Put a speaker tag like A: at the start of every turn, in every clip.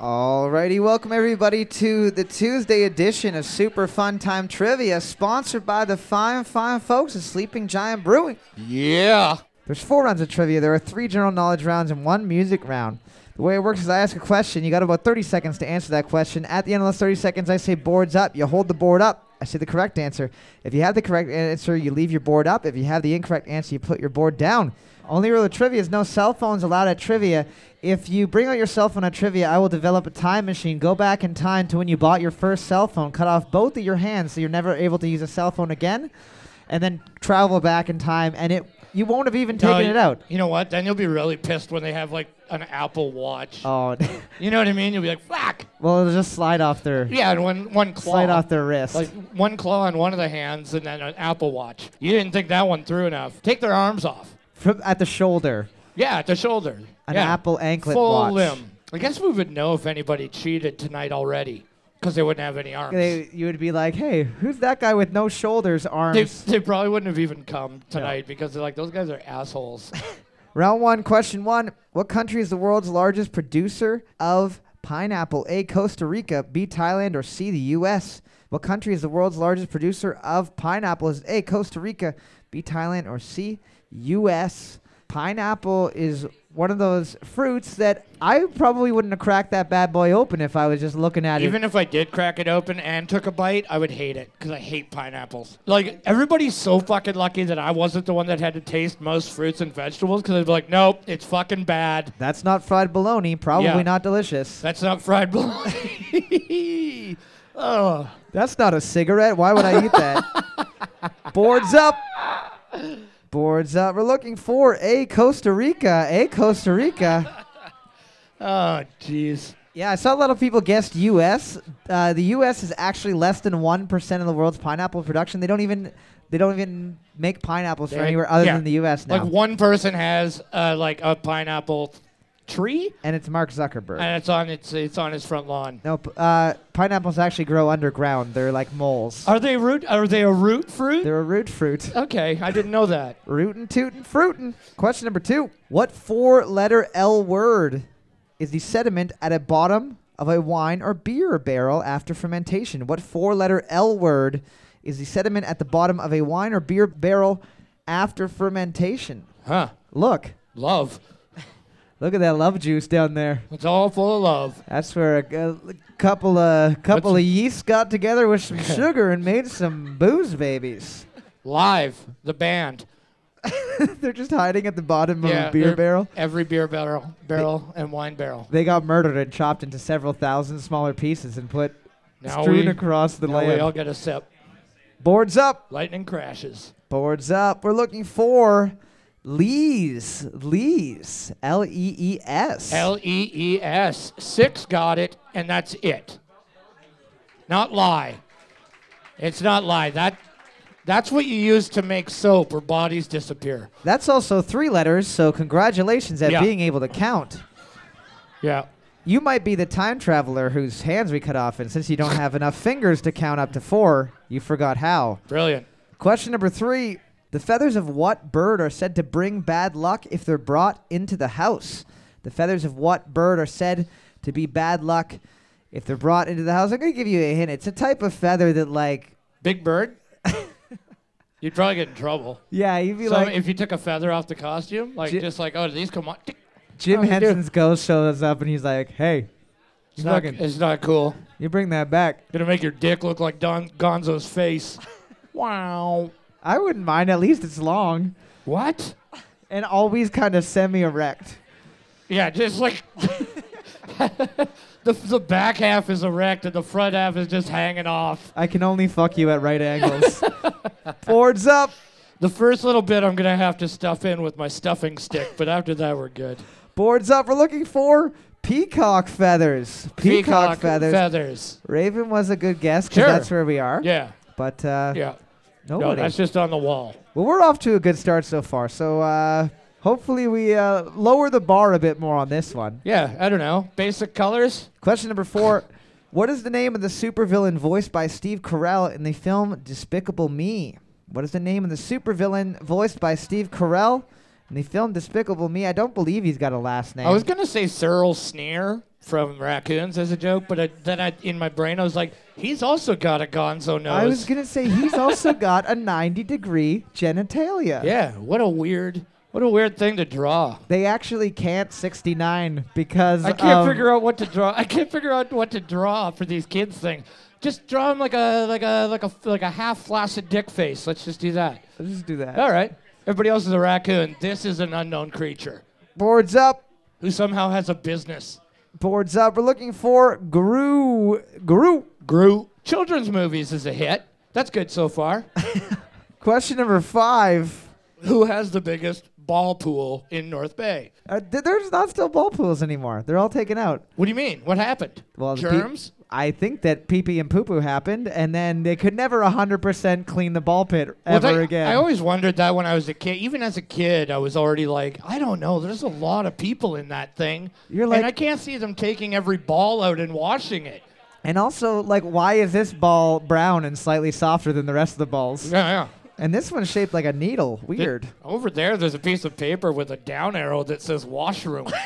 A: Alrighty, welcome everybody to the Tuesday edition of Super Fun Time Trivia, sponsored by the fine, fine folks at Sleeping Giant Brewing.
B: Yeah.
A: There's four rounds of trivia. There are three general knowledge rounds and one music round. The way it works is I ask a question. You got about 30 seconds to answer that question. At the end of those 30 seconds, I say boards up. You hold the board up. I say the correct answer. If you have the correct answer, you leave your board up. If you have the incorrect answer, you put your board down. Only rule of trivia is no cell phones allowed at trivia. If you bring out your cell phone at trivia, I will develop a time machine. Go back in time to when you bought your first cell phone. Cut off both of your hands so you're never able to use a cell phone again. And then travel back in time, and it you won't have even taken
B: No,
A: it out.
B: You know what? Then you'll be really pissed when they have like an Apple Watch.
A: Oh,
B: You know what I mean? You'll be like, "Fuck!"
A: well, it'll just slide off their
B: Yeah, and one one claw,
A: slide off their wrist.
B: like one claw on one of the hands, and then an Apple Watch. You didn't think that one through enough. Take their arms off.
A: From, at the shoulder,
B: Yeah, at the shoulder.
A: an
B: Yeah.
A: Apple anklet
B: Full
A: watch.
B: limb. I guess we would know if anybody cheated tonight already, because they wouldn't have any arms.
A: They, you would be like, hey, who's that guy with no shoulders, arms?
B: They, they probably wouldn't have even come tonight because they're like, those guys are assholes.
A: Round one, question one. What country is the world's largest producer of pineapple? A. Costa Rica, B. Thailand, or C. The U.S.? What country is the world's largest producer of pineapple? Is it A. Costa Rica, B. Thailand, or C. U.S.? Pineapple is one of those fruits that I probably wouldn't have cracked that bad boy open if I was just looking at it.
B: Even if I did crack it open and took a bite, I would hate it because I hate pineapples. Like, everybody's so fucking lucky that I wasn't the one that had to taste most fruits and vegetables because I'd be like, nope, it's fucking bad.
A: That's not fried bologna. Probably
B: Yeah.
A: not delicious.
B: That's not fried bologna. oh.
A: That's not a cigarette. Why would I eat that? Boards up. Boards up. We're looking for a Costa Rica. A Costa Rica.
B: Oh, jeez.
A: Yeah, I saw a lot of people guessed U.S. Uh, the U.S. is actually less than one percent of the world's pineapple production. They don't even they don't even make pineapples for
B: They-
A: anywhere other
B: yeah.
A: than the U.S. now.
B: Like, one person has, uh, like, a pineapple tree,
A: and it's Mark Zuckerberg.
B: and it's on its, it's on his front lawn.
A: no, p- uh, pineapples actually grow underground. They're like moles.
B: Are they root? Are they a root fruit?
A: They're a root fruit.
B: okay, I didn't know that.
A: Rootin' tootin' fruitin'. Question number two. What four letter L word is the sediment at a bottom of a wine or beer barrel after fermentation? What four letter L word is the sediment at the bottom of a wine or beer barrel after fermentation?
B: Huh?
A: Look.
B: Love.
A: Look at that love juice down there.
B: It's all full of love.
A: That's where a, g- a couple of couple
B: What's-
A: of yeasts got together with some sugar and made some booze babies.
B: Live, the band.
A: They're just hiding at the bottom of a beer
B: they're-
A: barrel.
B: Every beer barrel, barrel, and wine barrel.
A: They got murdered and chopped into several thousand smaller pieces and put
B: Now
A: strewn
B: we-
A: across the
B: now
A: land.
B: we all get a sip.
A: Boards up,
B: Lightning crashes.
A: boards up. We're looking for Lees, Lees, L E E S.
B: L E E S. Six got it, and that's it. Not lie. It's not lie. That, that's what you use to make soap or bodies disappear.
A: That's also three letters, so congratulations at
B: Yeah.
A: being able to count.
B: Yeah.
A: You might be the time traveler whose hands we cut off, and since you don't have enough fingers to count up to four, you forgot how.
B: Brilliant.
A: Question number three. The feathers of what bird are said to bring bad luck if they're brought into the house? The feathers of what bird are said to be bad luck if they're brought into the house? I'm going to give you a hint. It's a type of feather that, like,
B: Big Bird. You'd probably get in trouble.
A: yeah, you'd be
B: So
A: like,
B: if you took a feather off the costume, like
A: Ji-
B: just like, oh, do these come on? Tick.
A: Jim
B: oh, you do.
A: Henson's ghost shows up and he's like, hey,
B: It's
A: you,
B: not,
A: fucking,
B: it's not cool.
A: you bring that back.
B: Gonna make your dick look like Don Gonzo's face. wow.
A: I wouldn't mind. At least it's long
B: What?
A: and always kind of semi erect.
B: Yeah, just like the the back half is erect and the front half is just hanging off.
A: I can only fuck you at right angles. Boards up.
B: The first little bit I'm gonna have to stuff in with my stuffing stick, but after that we're good.
A: Boards up. We're looking for peacock feathers. Peacock, feathers.
B: feathers.
A: Raven was a good guess because
B: Sure.
A: that's where we are.
B: Yeah,
A: But uh,
B: yeah.
A: Nobody.
B: No, that's just on the wall.
A: Well, we're off to a good start so far. So uh, hopefully we uh, lower the bar a bit more on this one.
B: Yeah, I don't know. Basic colors.
A: Question number four. What is the name of the supervillain voiced by Steve Carell in the film Despicable Me? What is the name of the supervillain voiced by Steve Carell in the film Despicable Me? I don't believe he's got a last name.
B: I was gonna say Cyril Sneer from Raccoons as a joke, but I, then I, in my brain I was like, he's also got a Gonzo nose.
A: I was gonna say he's also got a 90 degree genitalia.
B: yeah, what a weird, what a weird thing to draw.
A: They actually can't 69 because
B: I can't
A: of-
B: figure out what to draw. I can't figure out what to draw for these kids things. Just draw them like a like a like a like a half flaccid dick face. Let's just do that.
A: Let's just do that.
B: All right. Everybody else is a raccoon. This is an unknown creature
A: Boards up.
B: who somehow has a business.
A: Boards up. We're looking for Gru. Gru.
B: Groot. Children's movies is a hit. That's good so far.
A: Question number five.
B: who has the biggest ball pool in North Bay?
A: Uh, th- there's not still ball pools anymore. They're all taken out.
B: What do you mean? What happened?
A: Well, the pe-
B: germs.
A: I think that pee pee and poo poo happened, and then they could never 100% clean the ball pit
B: Well,
A: ever
B: that-
A: again.
B: I always wondered that when I was a kid. Even as a kid, I was already like, I don't know. There's a lot of people in that thing.
A: You're like-
B: and I can't see them taking every ball out and washing it.
A: and also, like, why is this ball brown and slightly softer than the rest of the balls?
B: Yeah, yeah.
A: And this one's shaped like a needle. Weird.
B: Over there, there's a piece of paper with a down arrow that says washroom.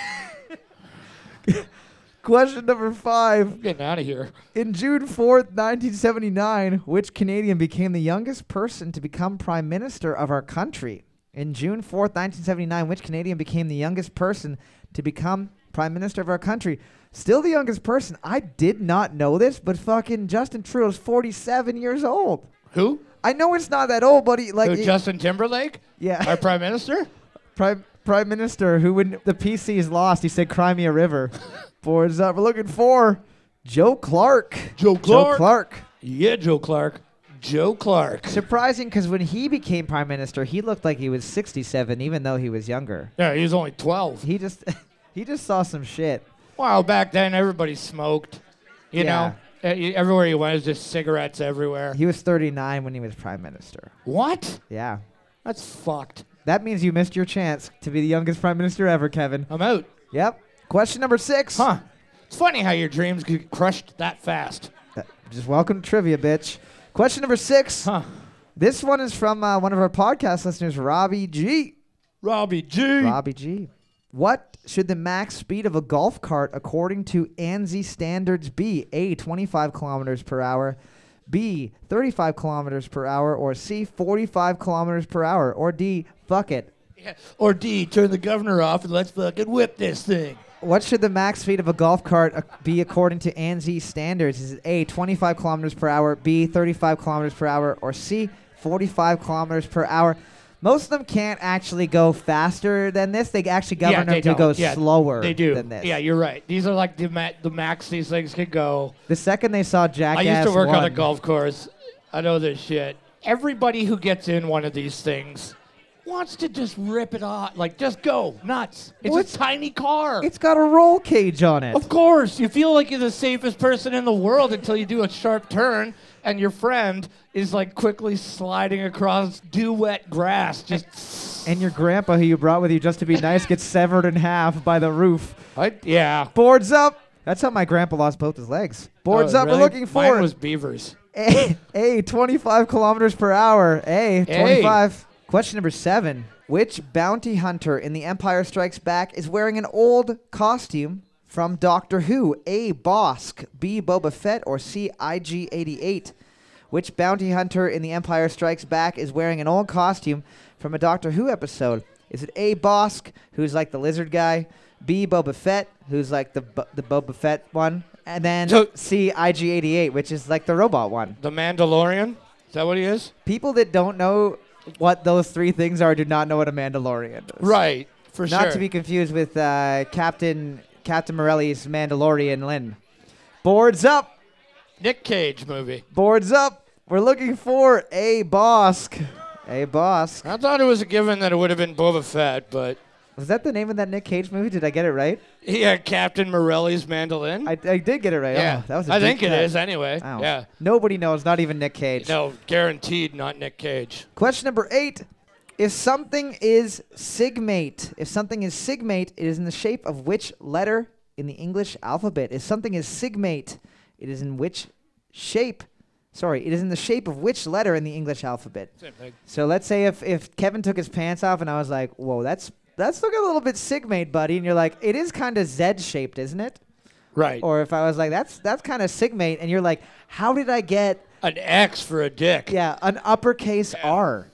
A: Question number five.
B: Getting out of here.
A: In June 4th, 1979, which Canadian became the youngest person to become prime minister of our country? In June 4th, 1979, which Canadian became the youngest person to become prime minister of our country? Still the youngest person. I did not know this, but fucking Justin Trudeau's 47 years old.
B: Who?
A: I know it's not that old, but he like
B: Who?
A: it-
B: Justin Timberlake?
A: Yeah.
B: Our prime minister?
A: prime prime minister who when the PCs lost, he said Crimea River. Boards up. We're looking for Joe Clark.
B: Joe
A: Joe
B: Clark.
A: Clark.
B: Yeah, Joe Clark. Joe Clark.
A: Surprising because when he became prime minister, he looked like he was 67, even though he was younger.
B: Yeah, he was only 12.
A: He just he just saw some shit.
B: Wow, back then everybody smoked.
A: Yeah.
B: You know, E- everywhere you went, it was just cigarettes everywhere.
A: He was 39 when he was prime minister.
B: What?
A: Yeah,
B: That's fucked.
A: that means you missed your chance to be the youngest prime minister ever, Kevin.
B: I'm out.
A: Yep. Question number six.
B: Huh. It's funny how your dreams get crushed that fast.
A: Uh, Just welcome to trivia, bitch. Question number six.
B: Huh.
A: This one is from uh, one of our podcast listeners, Robbie G.
B: Robbie G.
A: Robbie G. What should the max speed of a golf cart according to ANSI standards be? A, 25 kilometers per hour, B, 35 kilometers per hour, or C, 45 kilometers per hour, or D, fuck it.
B: Yeah. Or D, turn the governor off and let's fucking whip this thing.
A: What should the max speed of a golf cart uh, be according to ANSI standards? Is it A, 25 kilometers per hour, B, 35 kilometers per hour, or C, 45 kilometers per hour? Most of them can't actually go faster than this. They actually govern
B: yeah,
A: them
B: they
A: to
B: don't.
A: go
B: Yeah,
A: slower
B: they do.
A: than this.
B: Yeah, you're right. These are like the, ma- the max these things can go.
A: The second they saw Jackass,
B: I used to work
A: 1,
B: on a golf course. I know this shit. Everybody who gets in one of these things wants to just rip it off. Like, just go nuts. It's
A: Well,
B: a
A: it's-
B: tiny car.
A: It's got a roll cage on it.
B: Of course, you feel like you're the safest person in the world until you do a sharp turn and your friend is like quickly sliding across dew wet grass. Just,
A: And your grandpa, who you brought with you just to be nice, gets severed in half by the roof.
B: I, yeah.
A: Boards up. That's how my grandpa lost both his legs. Boards
B: Oh,
A: up.
B: really?
A: We're looking for
B: Mine
A: it.
B: was beavers.
A: A, A, 25 kilometers per hour. A, 25. Question number seven. Which bounty hunter in The Empire Strikes Back is wearing an old costume from Doctor Who? A, Bosk. B, Boba Fett. Or C, IG 88? Which bounty hunter in The Empire Strikes Back is wearing an old costume from a Doctor Who episode? Is it A, Bosk, who's like the lizard guy? B, Boba Fett, who's like the, Bo- the Boba Fett one? And then
B: So-
A: C, IG 88, which is like the robot one.
B: The Mandalorian? Is that what he is?
A: People that don't know what those three things are do not know what a Mandalorian is.
B: Right. For
A: Not
B: sure.
A: to be confused with uh, Captain Captain Morelli's Mandalorian Lin. Boards up,
B: Nick Cage movie.
A: boards up. We're looking for a Bosk. A Bosk.
B: I thought it was a given that it would have been Boba Fett, but
A: Was that the name of that Nick Cage movie? Did I get it right?
B: Yeah, Captain Morelli's mandolin.
A: I, I did get it right.
B: yeah,
A: Oh, that was. a
B: I
A: deep
B: think it
A: cut.
B: is anyway.
A: Wow.
B: Yeah.
A: Nobody knows, not even Nick Cage.
B: No, guaranteed not Nick Cage.
A: Question number eight. If something is sigmate, if something is sigmate, it is in the shape of which letter in the English alphabet? If something is sigmate, it is in which shape? Sorry, it is in the shape of which letter in the English alphabet?
B: Same thing.
A: So let's say if, if Kevin took his pants off and I was like, whoa, that's that's looking a little bit sigmate, buddy, and you're like, it is kind of Z shaped, isn't it?
B: Right.
A: Or if I was like, that's that's kind of sigmate, and you're like, how did I get
B: An X for a dick.
A: yeah, an uppercase R.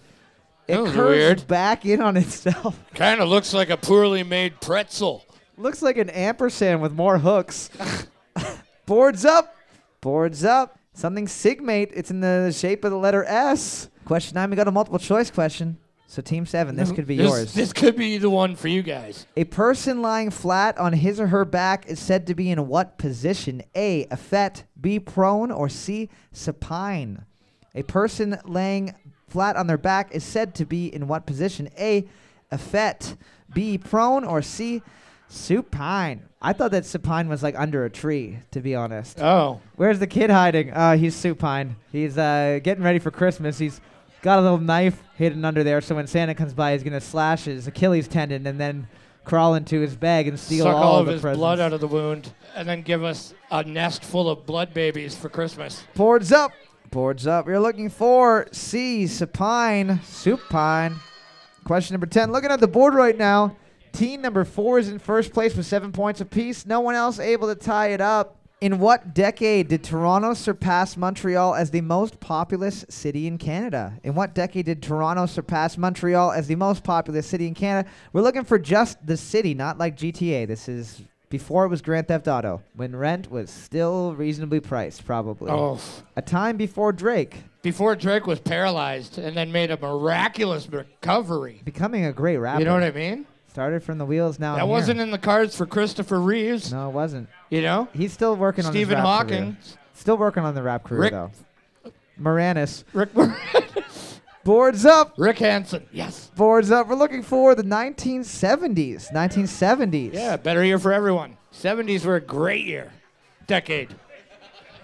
A: It
B: That was
A: curves
B: weird.
A: back in on itself.
B: Kind of looks like a poorly made pretzel.
A: Looks like an ampersand with more hooks. Boards up. Boards up. Something sigmate. It's in the shape of the letter S. Question nine. We got a multiple choice question. So team seven, this could be
B: This-
A: yours.
B: This could be the one for you guys.
A: A person lying flat on his or her back is said to be in what position? A. Effete. B. Prone. Or C. Supine. A person laying flat on their back is said to be in what position? A. Effete. B. Prone. Or C. Supine. I thought that supine was like under a tree, to be honest.
B: Oh.
A: Where's the kid hiding? Uh, he's supine. He's uh, getting ready for Christmas. He's got a little knife hidden under there, so when Santa comes by, he's gonna slash his Achilles tendon and then crawl into his bag and steal
B: Suck
A: all,
B: all of
A: the
B: his
A: presents.
B: blood out of the wound and then give us a nest full of blood babies for Christmas.
A: Boards up. Boards up. You're looking for C. Supine. Supine. Question number 10. Looking at the board right now, team number four is in first place with seven points apiece. No one else able to tie it up. In what decade did Toronto surpass Montreal as the most populous city in Canada? In what decade did Toronto surpass Montreal as the most populous city in Canada? We're looking for just the city, not like GTA. This is before it was Grand Theft Auto, when rent was still reasonably priced, probably.
B: Oh.
A: A time before Drake
B: Before Drake was paralyzed and then made a miraculous recovery.
A: becoming a great rapper.
B: You know what I mean?
A: Started from the wheels now.
B: That
A: I'm here.
B: wasn't in the cards for Christopher Reeves.
A: Oh, No, it wasn't.
B: You know?
A: He's still working on his
B: Stephen
A: rap
B: Hawking.
A: career. Still working on the rap career
B: Rick-
A: though. Moranis.
B: Rick,
A: Boards up.
B: Rick Hansen. Yes.
A: Boards up. We're looking for the 1970s. 1970s.
B: Yeah, better year for everyone. 70s were a great year. Decade.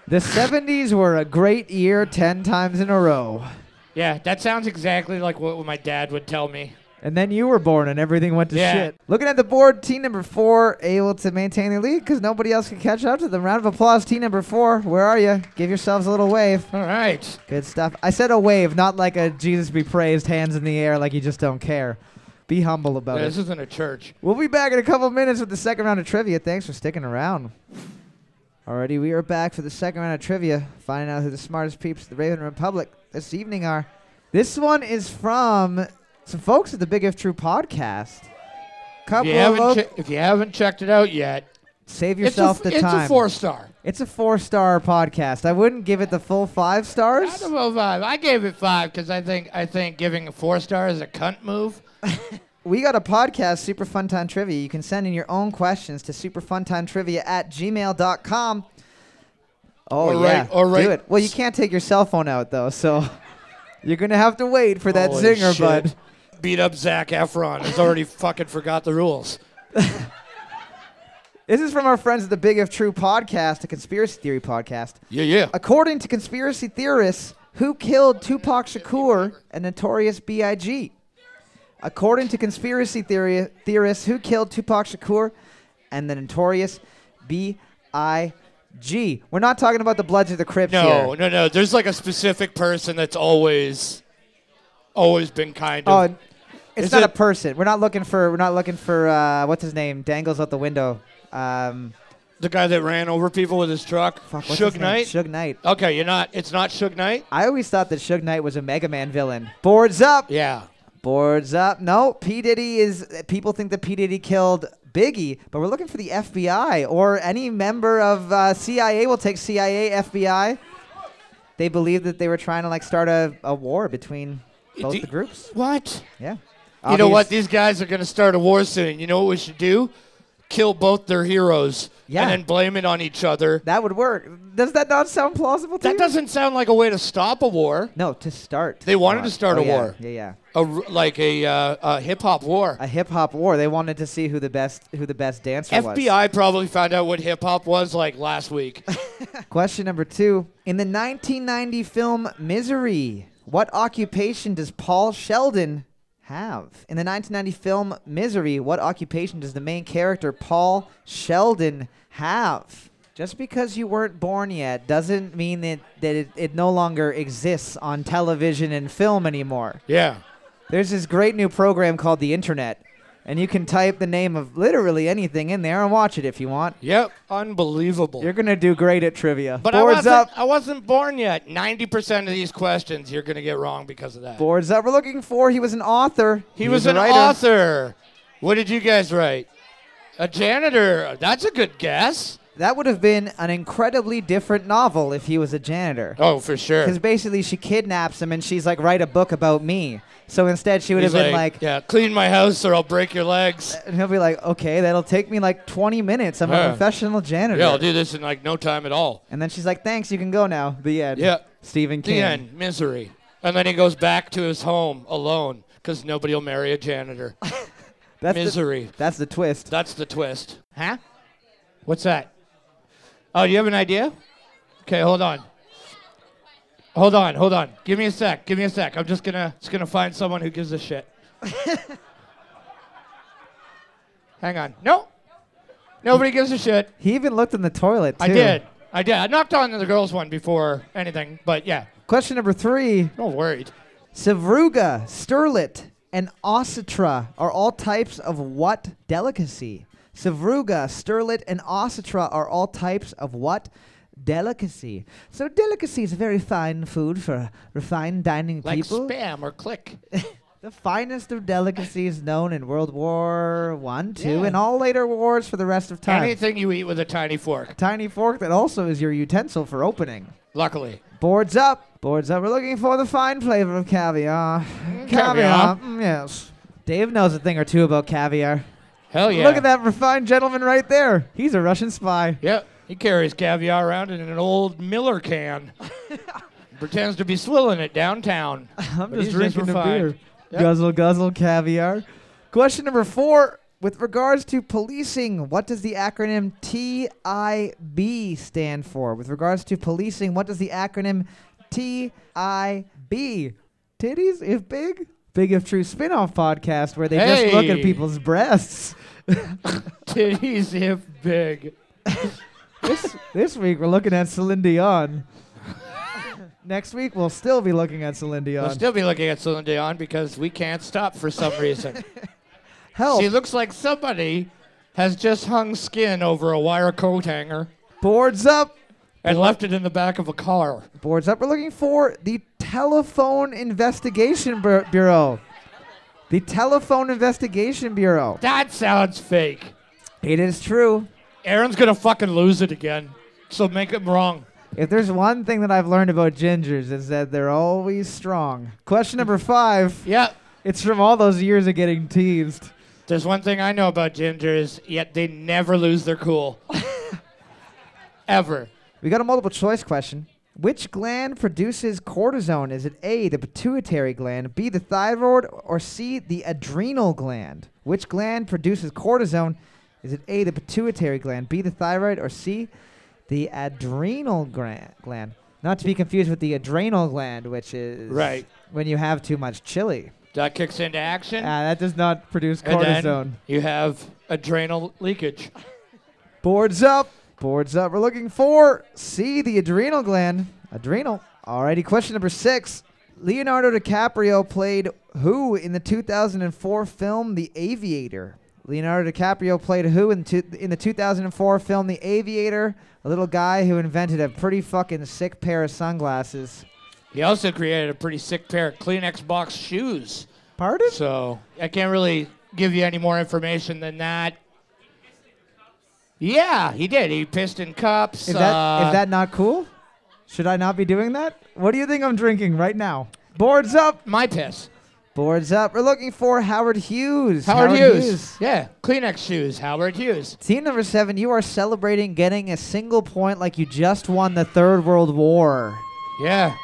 A: The 70s were a great year 10 times in a row.
B: Yeah, that sounds exactly like what my dad would tell me.
A: And then you were born and everything went to
B: Yeah.
A: shit. Looking at the board, team number four able to maintain their lead because nobody else can catch up to them. Round of applause, team number four. Where are you? Give yourselves a little wave.
B: All right.
A: Good stuff. I said a wave, not like a Jesus be praised, hands in the air, like you just don't care. Be humble about
B: This
A: it.
B: isn't a church.
A: We'll be back in a couple minutes with the second round of trivia. Thanks for sticking around. Alrighty, we are back for the second round of trivia, finding out who the smartest peeps of the Raven Republic this evening are. This one is from some folks at the Big If True podcast.
B: If
A: Couple
B: you,
A: of
B: haven't
A: loc-
B: che- if you haven't checked it out yet,
A: save
B: it's
A: yourself
B: a,
A: the
B: it's
A: time.
B: a four star.
A: It's a four-star podcast. I wouldn't give it the full five
B: I
A: stars.
B: don't know five. I gave it five because I think I think giving a four star is a cunt move.
A: We got a podcast, Super Fun Time Trivia. You can send in your own questions to superfuntimetrivia at gmail.com. Oh,
B: Or
A: yeah.
B: write- or
A: Do
B: write-
A: it. Well, you can't take your cell phone out, though, so you're going to have to wait for that
B: Holy
A: zinger,
B: shit.
A: bud.
B: Beat up Zach Efron. Has already fucking forgot the rules.
A: This is from our friends at the Big If True podcast, a conspiracy theory podcast.
B: Yeah, yeah.
A: According to conspiracy theorists, who killed Tupac Shakur and Notorious B.I.G.? According to conspiracy theory, theorists, who killed Tupac Shakur and the Notorious B.I.G.? We're not talking about the Bloods or the Crips
B: No,
A: here.
B: no, no. There's like a specific person that's always, always been kind
A: Oh,
B: of.
A: and it's
B: Is
A: not
B: it-
A: a person. We're not looking for. We're not looking for. Uh, what's his name? Dangles out the window. Um,
B: the guy that ran over people with his truck.
A: fuck, what's
B: Suge
A: his name?
B: Knight.
A: Suge Knight.
B: okay, you're not. It's not Suge Knight.
A: I always thought that Suge Knight was a Mega Man villain. Boards up.
B: Yeah.
A: Boards up. No, P. Diddy is. People think that P. Diddy killed Biggie, but we're looking for the FBI or any member of uh, CIA. We'll take CIA, FBI. They believe that they were trying to like start a, a war between both
B: Do-
A: the groups.
B: What?
A: Yeah.
B: You know what?
A: Obvious-
B: These guys are gonna start a war soon. You know what we should do? kill both their heroes
A: Yeah.
B: and then blame it on each other.
A: That would work. Does that not sound plausible to
B: That
A: you?
B: doesn't sound like a way to stop a war.
A: No, to start.
B: They wanted
A: Uh,
B: to start
A: oh,
B: a
A: yeah,
B: war.
A: Yeah, yeah.
B: A r like a, uh, a hip hop war.
A: A hip hop war. They wanted to see who the best who the best dancer was.
B: FBI probably found out what hip hop was like last week.
A: Question number two. In the 1990 film Misery, what occupation does Paul Sheldon have? In the 1990 film Misery, what occupation does the main character Paul Sheldon have? Just because you weren't born yet doesn't mean that, that it, it no longer exists on television and film anymore.
B: yeah.
A: There's this great new program called the Internet, and you can type the name of literally anything in there and watch it if you want.
B: Yep. Unbelievable.
A: You're going to do great at trivia.
B: but I
A: Boards
B: wasn't,
A: up.
B: I wasn't born yet. 90% of these questions you're going to get wrong because of that.
A: boards that we're looking for. He was an author.
B: He was
A: a
B: an
A: writer.
B: author. What did you guys write? A janitor. That's a good guess.
A: That would have been an incredibly different novel if he was a janitor.
B: Oh, for sure.
A: Because basically, she kidnaps him and she's like, write a book about me. So instead, she would
B: He's
A: have been like,
B: yeah, clean my house or I'll break your legs.
A: and he'll be like, okay, that'll take me like 20 minutes. I'm a
B: Yeah.
A: professional janitor.
B: Yeah, I'll do this in like no time at all.
A: and then she's like, thanks, you can go now. The end.
B: Yeah.
A: Stephen
B: The
A: King.
B: end. Misery. And then he goes back to his home alone because nobody will marry a janitor.
A: That's
B: Misery.
A: The, that's the twist.
B: That's the twist.
A: Huh?
B: What's that? Oh, you have an idea? Okay, hold on. Hold on, hold on. Give me a sec. Give me a sec. I'm just gonna just gonna find someone who gives a shit. Hang on. No. Nobody gives a shit.
A: He even looked in the toilet, too.
B: I did. I did. I knocked on the girls one before anything, but yeah.
A: Question number three.
B: Don't worry.
A: Savruga, sterlet, and ossatra are all types of what delicacy? Savruga, sterlet, and ossatra are all types of what delicacy? So delicacy is a very fine food for refined dining
B: Like
A: people.
B: spam or click.
A: the finest of delicacies known in World War One, Two,
B: Yeah.
A: and all later wars for the rest of time.
B: Anything you eat with a tiny fork.
A: Tiny fork that also is your utensil for opening.
B: Luckily.
A: Boards up. Boards up. We're looking for the fine flavor of caviar.
B: caviar.
A: Mm, yes. Dave knows a thing or two about caviar.
B: Hell Oh, yeah.
A: Look at that refined gentleman right there. He's a Russian spy.
B: Yep. He carries caviar around in an old Miller can. Pretends to be swilling it downtown.
A: I'm
B: But
A: just
B: he's just
A: drinking a
B: refined.
A: beer.
B: Yep.
A: Guzzle, guzzle, caviar. Question number four. With regards to policing, what does the acronym TIB stand for? With regards to policing, what does the acronym TIB? Titties, if big? Big if true spin-off podcast where they just look at
B: Hey.
A: people's breasts.
B: Titties if big.
A: this this week we're looking at Celine Dion. Next week we'll still be looking at Celine Dion.
B: We'll still be looking at Celine Dion because we can't stop for some reason.
A: Help.
B: she looks like somebody has just hung skin over a wire coat hanger
A: Boards up.
B: and left it in the back of a car.
A: boards up. We're looking for the Telephone Investigation Bur- Bureau. The Telephone Investigation Bureau.
B: That sounds fake.
A: It is true.
B: Aaron's gonna fucking lose it again. So make him wrong.
A: If there's one thing that I've learned about gingers is that they're always strong. Question number five.
B: Yeah.
A: It's from all those years of getting teased.
B: There's one thing I know about gingers, yet they never lose their cool. Ever.
A: We got a multiple choice question. Which gland produces cortisone? Is it A, the pituitary gland, B, the thyroid, or C, the adrenal gland? Which gland produces cortisone? Is it A, the pituitary gland, B, the thyroid, or C, the adrenal gran- gland? Not to be confused with the adrenal gland, which is
B: Right.
A: when you have too much chili.
B: That kicks into action.
A: Ah, that does not produce
B: and
A: cortisone.
B: then you have adrenal leakage.
A: Boards up. Boards up. We're looking for C, the adrenal gland. Adrenal. Alrighty, question number six. Leonardo DiCaprio played who in the 2004 film The Aviator? Leonardo DiCaprio played who in, two in the 2004 film The Aviator? A little guy who invented a pretty fucking sick pair of sunglasses.
B: He also created a pretty sick pair of Kleenex box shoes.
A: Pardon?
B: So I can't really give you any more information than that. Yeah, he did. He pissed in cups.
A: Is that,
B: uh,
A: is that not cool? Should I not be doing that? What do you think I'm drinking right now? Boards up.
B: my piss?
A: Boards up. We're looking for Howard Hughes.
B: Howard, Hughes. Yeah, Kleenex shoes, Howard Hughes.
A: Team number seven, you are celebrating getting a single point like you just won the Third World War.
B: Yeah.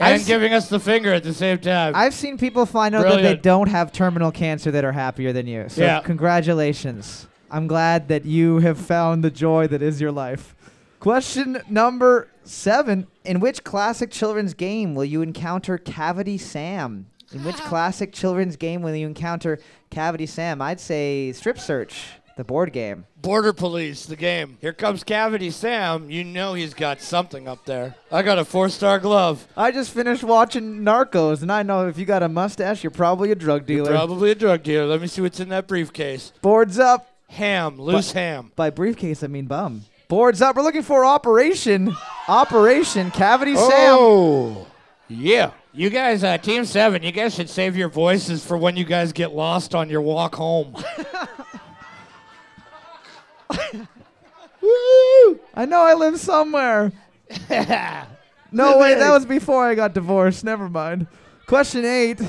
A: I've
B: And
A: se-
B: giving us the finger at the same time.
A: I've seen people find out that they
B: Brilliant.
A: don't have terminal cancer that are happier than you. So
B: Yeah.
A: congratulations. I'm glad that you have found the joy that is your life. Question number seven. In which classic children's game will you encounter Cavity Sam? In which classic children's game will you encounter Cavity Sam? I'd say Strip Search, the board game.
B: Border Police, the game. Here comes Cavity Sam. You know he's got something up there. I got a four star glove.
A: I just finished watching Narcos, and I know if you got a mustache, you're probably a drug dealer.
B: Probably a drug dealer. Let me see what's in that briefcase.
A: Boards up.
B: Ham, loose ham.
A: By briefcase, I mean bum. Boards up. We're looking for Operation Operation Cavity Sam.
B: Oh, yeah. You guys, uh, Team Seven, you guys should save your voices for when you guys get lost on your walk home. Woo!
A: I know I live somewhere. No, wait, that was before I got divorced. Never mind. Question eight.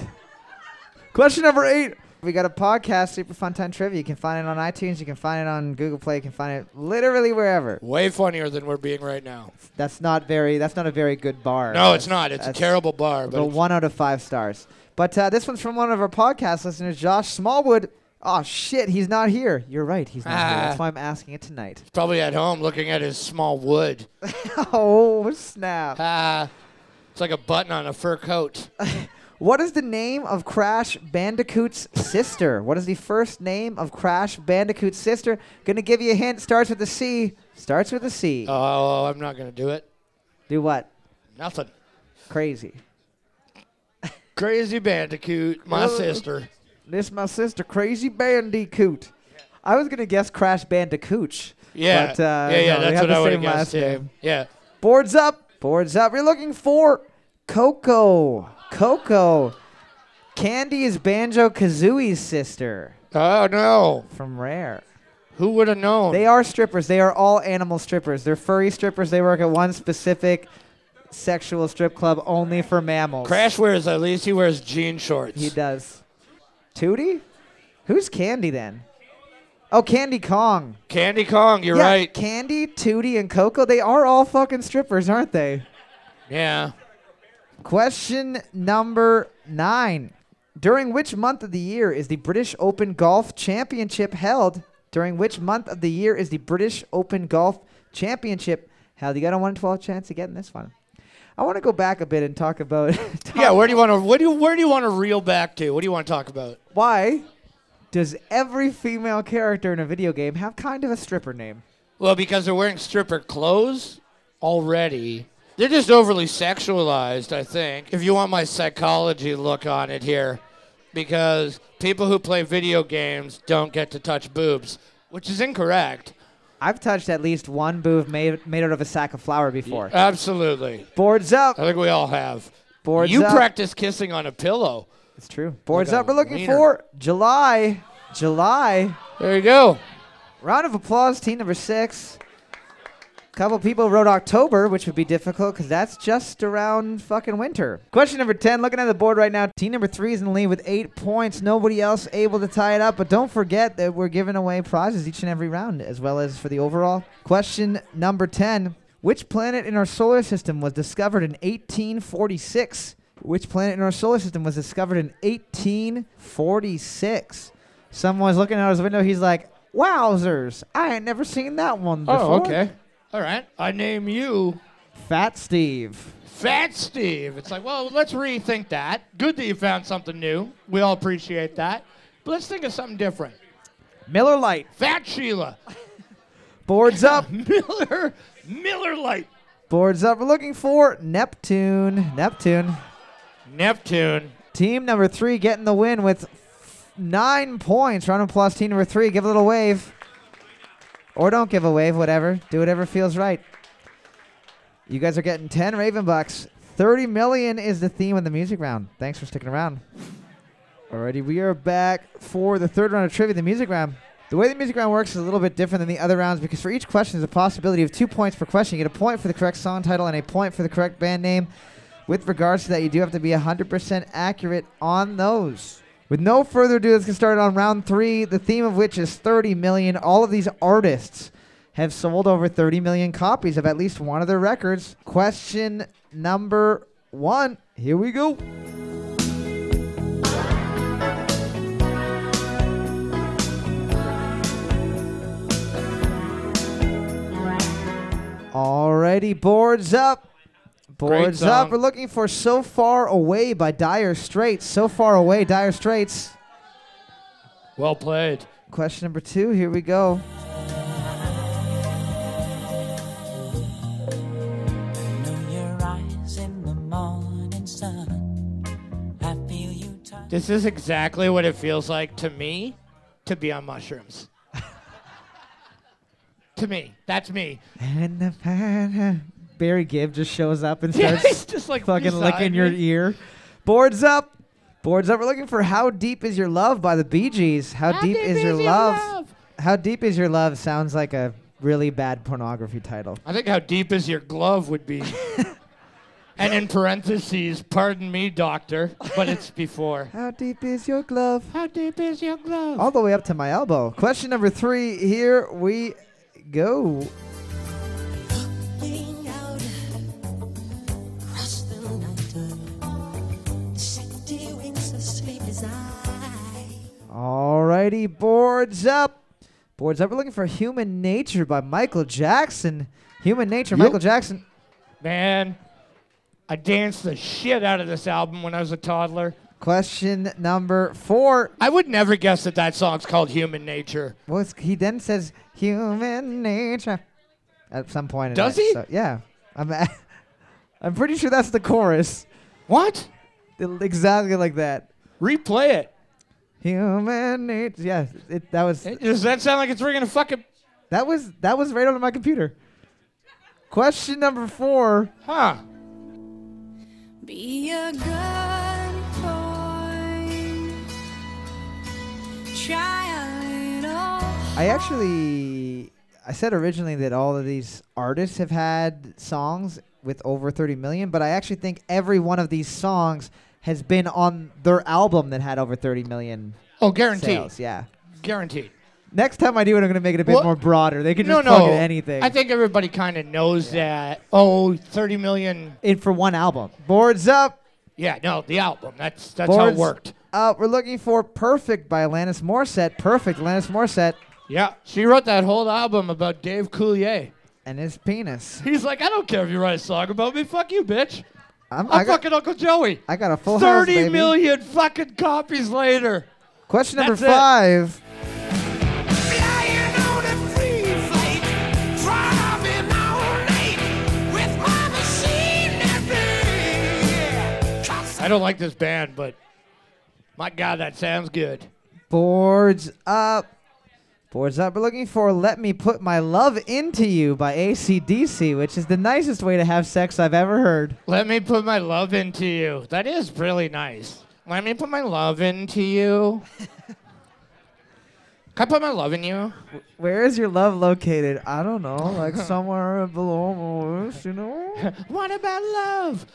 A: Question number eight. We got a podcast, Super Fun Time Trivia. You can find it on iTunes. You can find it on Google Play. You can find it literally wherever.
B: Way funnier than we're being right now.
A: That's not very. That's not a very good bar.
B: No, it's not. It's a
A: That's-
B: terrible bar, but
A: but
B: it's-
A: one out of five stars. But uh, this one's from one of our podcast listeners, Josh Smallwood. Oh shit, he's not here. You're right, he's not here. That's
B: Ah.
A: why I'm asking it tonight.
B: probably at home looking at his small wood.
A: oh snap!
B: Ah, it's like a button on a fur coat.
A: What is the name of Crash Bandicoot's sister? What is the first name of Crash Bandicoot's sister? Gonna give you a hint. Starts with a C. Starts with a C.
B: Oh, I'm not gonna do it.
A: Do what?
B: Nothing.
A: Crazy.
B: Crazy Bandicoot, my
A: Well,
B: sister.
A: This my sister, Crazy Bandicoot. I was gonna guess Crash Bandicoot.
B: Yeah,
A: But, uh,
B: yeah, yeah.
A: no, we
B: that's
A: have
B: what
A: the
B: I would
A: same
B: have guessed
A: last
B: too.
A: name.
B: Yeah.
A: Boards up. Boards up. You're looking for Coco. Coco. Candy is Banjo Kazooie's sister
B: Oh no!
A: from Rare.
B: Who would have known?
A: They are strippers. They are all animal strippers. They're furry strippers. They work at one specific sexual strip club only for mammals.
B: Crash wears at least he wears jean shorts.
A: He does. Tootie? Who's Candy then? Oh, Candy Kong.
B: Candy Kong, you're
A: Yeah,
B: right.
A: Candy, Tootie, and Coco, they are all fucking strippers, aren't they?
B: yeah.
A: Question number nine. During which month of the year is the British Open Golf Championship held? During which month of the year is the British Open Golf Championship held? You got a 1 in 12 chance of getting this one. I want to go back a bit and talk about talk-
B: Yeah. Where do you want to? What do you? Where do you want to reel back to? What do you want to talk about?
A: why does every female character in a video game have kind of a stripper name?
B: Well, because they're wearing stripper clothes already. They're just overly sexualized, I think. If you want my psychology look on it here, because people who play video games don't get to touch boobs, which is incorrect.
A: I've touched at least one boob made, made out of a sack of flour before.
B: Absolutely.
A: Boards up.
B: I think we all have.
A: Boards
B: you
A: up.
B: practice kissing on a pillow.
A: It's true. Boards
B: got
A: up. We're looking
B: wiener.
A: for July. July.
B: There you go.
A: Round of applause, team number six. Couple people wrote October, which would be difficult because that's just around fucking winter. Question number 10, looking at the board right now. Team number three is in the lead with eight points. Nobody else able to tie it up, but don't forget that we're giving away prizes each and every round, as well as for the overall. Question number 10 Which planet in our solar system was discovered in 1846? Which planet in our solar system was discovered in 1846? Someone's looking out his window. He's like, Wowzers, I ain't never seen that one before.
B: Oh, okay. All right. I name you
A: Fat Steve.
B: Fat Steve. It's like, well, let's rethink that. Good that you found something new. We all appreciate that. But let's think of something different.
A: Miller Lite.
B: Fat Sheila.
A: Boards up.
B: Miller Miller Light.
A: Boards up. We're looking for Neptune. Neptune.
B: Neptune.
A: Team number three getting the win with f- nine points. Round of applause, team number three. Give a little wave. Or don't give a wave, whatever. Do whatever feels right. You guys are getting 10 Raven Bucks. 30 million is the theme of the music round. Thanks for sticking around. Alrighty, we are back for the third round of trivia, the music round. The way the music round works is a little bit different than the other rounds because for each question, there's a possibility of two points per question. You get a point for the correct song title and a point for the correct band name. With regards to that, you do have to be 100% accurate on those. With no further ado, let's get started on round three, the theme of which is 30 million. All of these artists have sold over 30 million copies of at least one of their records. Question number one. Here we go. Alrighty, boards up. Boards up.
B: song.
A: We're looking for So Far Away by Dire Straits. So Far Away, Dire Straits.
B: Well played.
A: Question number two, here we go.
C: know your eyes in the morning sun. I feel you touch.
B: This is exactly what it feels like to me to be on mushrooms. to me. That's me.
A: And the pan- Barry Gibb just shows up and
B: Yeah,
A: starts
B: he's just like
A: fucking
B: beside
A: licking your
B: me.
A: ear. Boards up. Boards up. We're looking for How Deep Is Your Love by the Bee Gees. How, deep, is, your, love? How Deep Is Your Love sounds like a really bad pornography title.
B: I think how deep is your glove would be. and in parentheses, pardon me, doctor, but it's before.
A: How deep is your glove?
B: How deep is your glove?
A: All the way up to my elbow. Question number three, here we go.
C: Looking out across the night, shifty wings of sleep as I.
A: Alrighty, boards up. Boards up. We're looking for Human Nature by Michael Jackson. Human Nature, Michael Jackson.
B: Man, I danced the shit out of this album when I was a toddler.
A: Question number four.
B: I would never guess that that song's called Human Nature.
A: Well, it's- he then says Human Nature at some point. in
B: Does
A: it,
B: he?
A: so- yeah. I'm, I'm pretty sure that's the chorus.
B: What?
A: Exactly like that.
B: Replay it.
A: Human Nature. Yeah, it, that was
B: It- Does that sound like it's ringing a fucking.
A: that was that was right on my computer. Question number four.
B: Huh.
C: Be a good boy. Try a little.
A: I actually I said originally that all of these artists have had songs with over 30 million, but I actually think every one of these songs has been on their album that had over 30 million
B: Oh, guaranteed.
A: sales. Yeah.
B: Guaranteed.
A: Next time I do it, I'm gonna make it a bit
B: Well,
A: more broader. They can
B: No,
A: just
B: no.
A: plug in anything.
B: I think everybody kind of knows that. Oh, 30 million.
A: in for one album. Boards up.
B: Yeah, no, the album. That's that's how
A: Boards
B: it worked.
A: up. We're looking for "Perfect" by Alanis Morissette. Perfect, Alanis Morissette,
B: Yeah, she wrote that whole album about Dave Coulier.
A: and his penis.
B: He's like, I don't care if you write a song about me. Fuck you, bitch.
A: I'm,
B: I'm
A: I got,
B: fucking Uncle Joey.
A: I got a full house,
B: Thirty million
A: baby.
B: fucking copies later.
A: Question number
B: That's it.
A: five.
D: Flying on a free flight, driving all night with my machinery. 'Cause
B: I don't like this band, but my God, that sounds good.
A: Boards up. Boards up. We're looking for Let Me Put My Love Into You by ACDC, which is the nicest way to have sex I've ever heard.
B: Let me put my love into you. That is really nice. Let me put my love into you. Can I put my love in you?
A: Where is your love located? I don't know, like somewhere below my waist, you know?
B: What about love?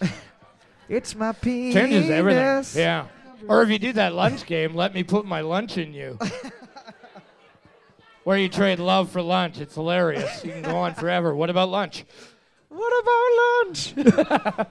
A: It's my penis.
B: Changes everything. Yeah. Or if you do that lunch game, let me put my lunch in you. Where you trade love for lunch. It's hilarious. You can go on forever. What about lunch?
A: What about lunch?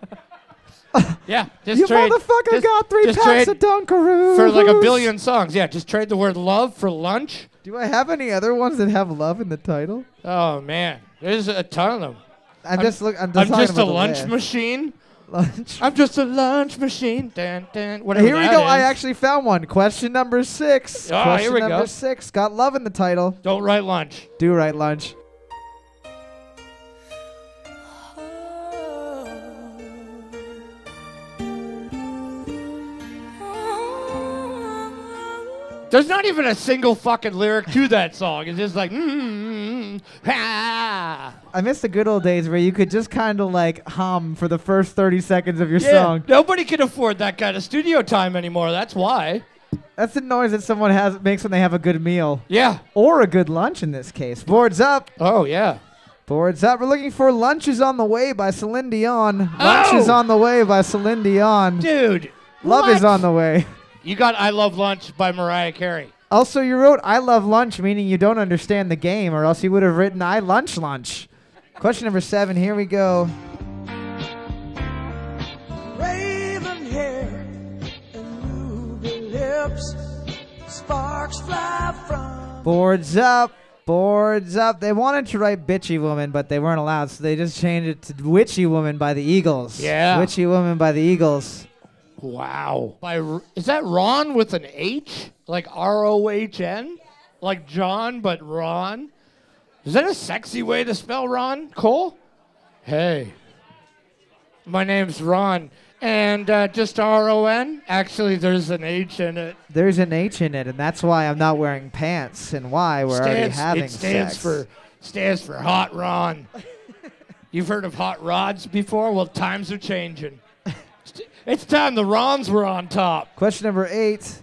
B: Yeah, just
A: you
B: trade.
A: motherfucker
B: just-
A: got three
B: just
A: packs
B: trade
A: of Dunkaroos.
B: for like a billion songs. Yeah, just trade the word love for lunch.
A: Do I have any other ones that have love in the title?
B: Oh man, there's a ton of them.
A: I'm,
B: I'm-
A: just look. I'm just,
B: I'm
A: talking
B: just a
A: about the
B: lunch
A: list.
B: machine.
A: Lunch.
B: I'm just a lunch machine. Dun, dun, whatever
A: Here we
B: that
A: go. I
B: is.
A: actually found one. Question number six.
B: Ah,
A: Question
B: here we
A: number
B: go.
A: six. Got love in the title.
B: don't write lunch.
A: Do right lunch.
B: There's not even a single fucking lyric to that song. It's just like, mm, ah.
A: I miss the good old days where you could just kind of like hum for the first 30 seconds of your
B: Yeah,
A: song.
B: Nobody can afford that kind of studio time anymore. That's why.
A: That's the noise that someone has makes when they have a good meal
B: Yeah.
A: or a good lunch in this case. Boards up.
B: Oh yeah.
A: Boards up. We're looking for Lunch is on the Way by Celine Dion. Lunch is
B: Oh!
A: on the Way by Celine Dion.
B: Dude.
A: Love
B: what?
A: is on the way.
B: You got I Love Lunch by Mariah Carey.
A: Also, you wrote I love lunch, meaning you don't understand the game, or else you would have written I lunch lunch. Question number seven, here we go.
D: Raven hair and ruby lips, sparks fly from.
A: Boards up, boards up. They wanted to write bitchy woman, but they weren't allowed, so they just changed it to witchy woman by the Eagles.
B: Yeah.
A: Witchy woman by the Eagles.
B: Wow. By R- is that Ron with an H? Like R O H N? Like John but Ron? Is that a sexy way to spell Ron? Cole? Hey. My name's Ron. And uh, just R O N? Actually, there's an H in it.
A: There's an H in it, and that's why I'm not wearing pants, and why we're already having
B: it stands
A: sex.
B: for stands for Hot Ron. You've heard of hot rods before? Well, times are changing. It's time the Rons were on top.
A: Question number eight.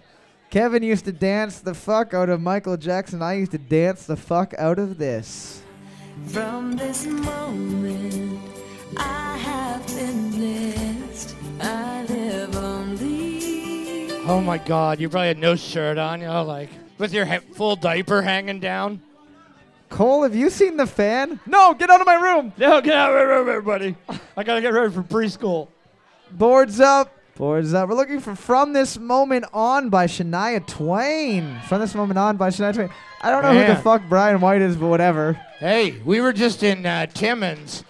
A: Kevin used to dance the fuck out of Michael Jackson. I used to dance the fuck out of this.
E: From this moment, I have been blessed. I live only.
B: Oh my God! You probably had no shirt on, you know, like with your he- full diaper hanging down.
A: Cole, have you seen the fan? No, get out of my room.
B: No, get out of here, everybody! I gotta get ready for preschool.
A: Boards up. Boards up. We're looking for From This Moment On by Shania Twain. From This Moment On by Shania Twain. I don't know who the
B: Man.
A: fuck Brian White is, but whatever.
B: Hey, we were just in uh, Timmins,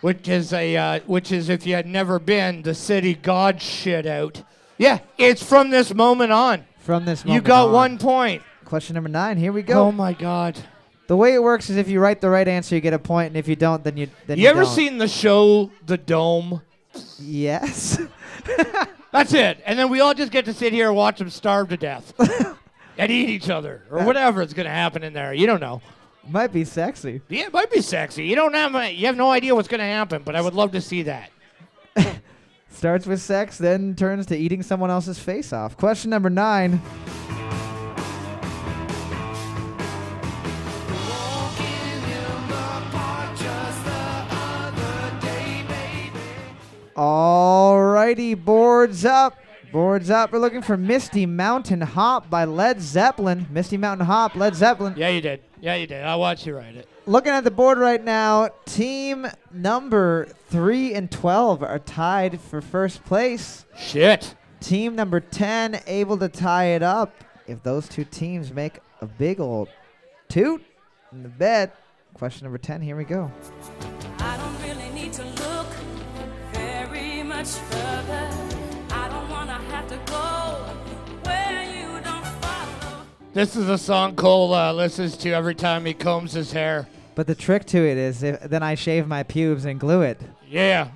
B: which is a uh, which is if you had never been, the city God shit out. Yeah, it's from this moment on.
A: From This
B: You
A: Moment
B: got
A: On.
B: one point.
A: Question number nine. Here we go.
B: Oh my God!
A: the way it works is if you write the right answer, you get a point, and if you don't, then you then
B: You,
A: you,
B: ever
A: don't.
B: seen the show The Dome?
A: Yes.
B: That's it. And then we all just get to sit here and watch them starve to death and eat each other or whatever is going to happen in there. You don't know.
A: Might be sexy.
B: Yeah, it might be sexy. You don't have a, you have no idea what's going to happen, but I would love to see that.
A: Starts with sex, then turns to eating someone else's face off. Question number nine. Alrighty, boards up. Boards up. We're looking for Misty Mountain Hop by Led Zeppelin. Misty Mountain Hop, Led Zeppelin.
B: Yeah, you did. Yeah, you did. I watched you write it.
A: Looking at the board right now, team number three and 12 are tied for first place.
B: Shit.
A: Team number 10 able to tie it up. If those two teams make a big old toot in the bet, question number 10, here we go.
E: I don't really need to look very much further. I don't wanna have to go where you don't follow.
B: This is a song Cole uh, listens to every time he combs his hair.
A: But the trick to it is if, then I shave my pubes and glue it.
B: Yeah.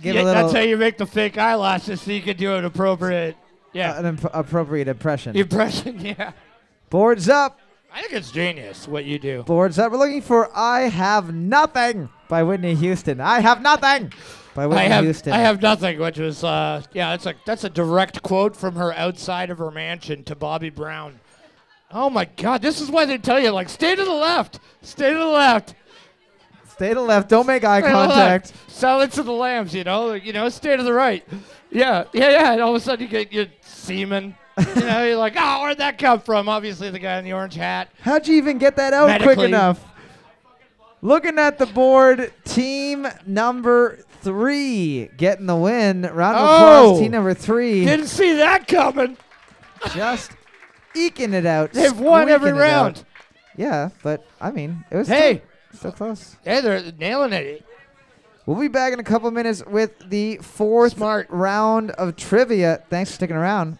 A: Give
B: yeah
A: a little
B: That's how you make the fake eyelashes so you can do an appropriate yeah.
A: an imp- appropriate impression.
B: impression. Yeah.
A: Boards up.
B: I think it's genius what you do.
A: Boards up. We're looking for I Have Nothing by Whitney Houston. I Have Nothing by Whitney
B: I have
A: Houston.
B: I have nothing, which was uh, yeah, that's a that's a direct quote from her outside of her mansion to Bobby Brown. Oh my God, this is why they tell you like stay to the left, stay to the left,
A: Stay to the left. Don't make eye
B: stay to the
A: contact.
B: left. Silence of the lambs, you know, you know, stay to the right. Yeah, yeah, yeah. And all of a sudden you get your semen. you know, you're like, oh, where'd that come from? Obviously, the guy in the orange hat.
A: How'd you even get that out quick
B: Medically.
A: enough? Looking at the board, team number three getting the win. Round of applause,
B: Oh.
A: team number three.
B: Didn't see that coming.
A: just eking it out.
B: They've won every
A: squeaking it out.
B: round.
A: Yeah, but I mean, it was
B: Hey.
A: still, still close.
B: Hey, they're nailing it.
A: We'll be back in a couple minutes with the fourth
B: Smart.
A: round of trivia. Thanks for sticking around.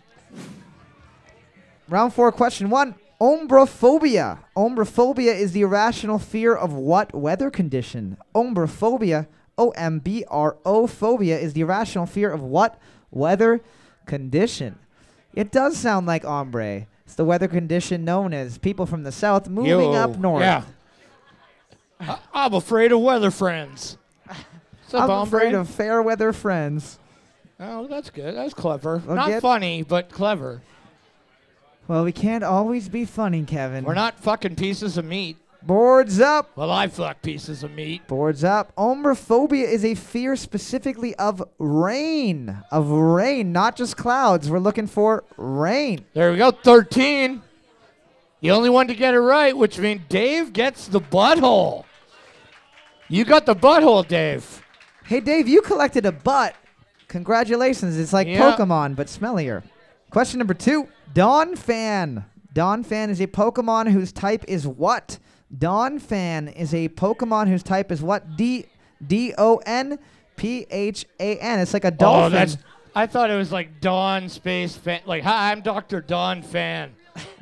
A: Round four, question one. Ombrophobia. Ombrophobia is the irrational fear of what weather condition? Ombrophobia, O M B R O phobia, is the irrational fear of what weather condition? It does sound like ombre. It's the weather condition known as people from the south moving up north.
B: Yeah. I- I'm afraid of weather friends. What's up,
A: I'm
B: hombre?
A: afraid of fair weather friends.
B: Oh, that's good. That's clever.
A: We'll
B: not
A: get-
B: funny, but clever.
A: Well, we can't always be funny, Kevin.
B: We're not fucking pieces of meat.
A: Boards up.
B: Well, I fuck pieces of meat.
A: Boards up. Omrophobia is a fear specifically of rain. Of rain, not just clouds. We're looking for rain.
B: There we go. 13. The only one to get it right, which means Dave gets the butthole. You got the butthole, Dave.
A: Hey, Dave, you collected a butt. Congratulations. It's like
B: Yeah.
A: Pokemon, but smellier. Question number two Don Fan. Don Fan is a Pokemon whose type is what? Don Fan is a Pokemon whose type is what? D D O N P H A N. It's like a dolphin.
B: Oh, that's. I thought it was like Don Space Fan. Like, hi, I'm Dr. Don Fan.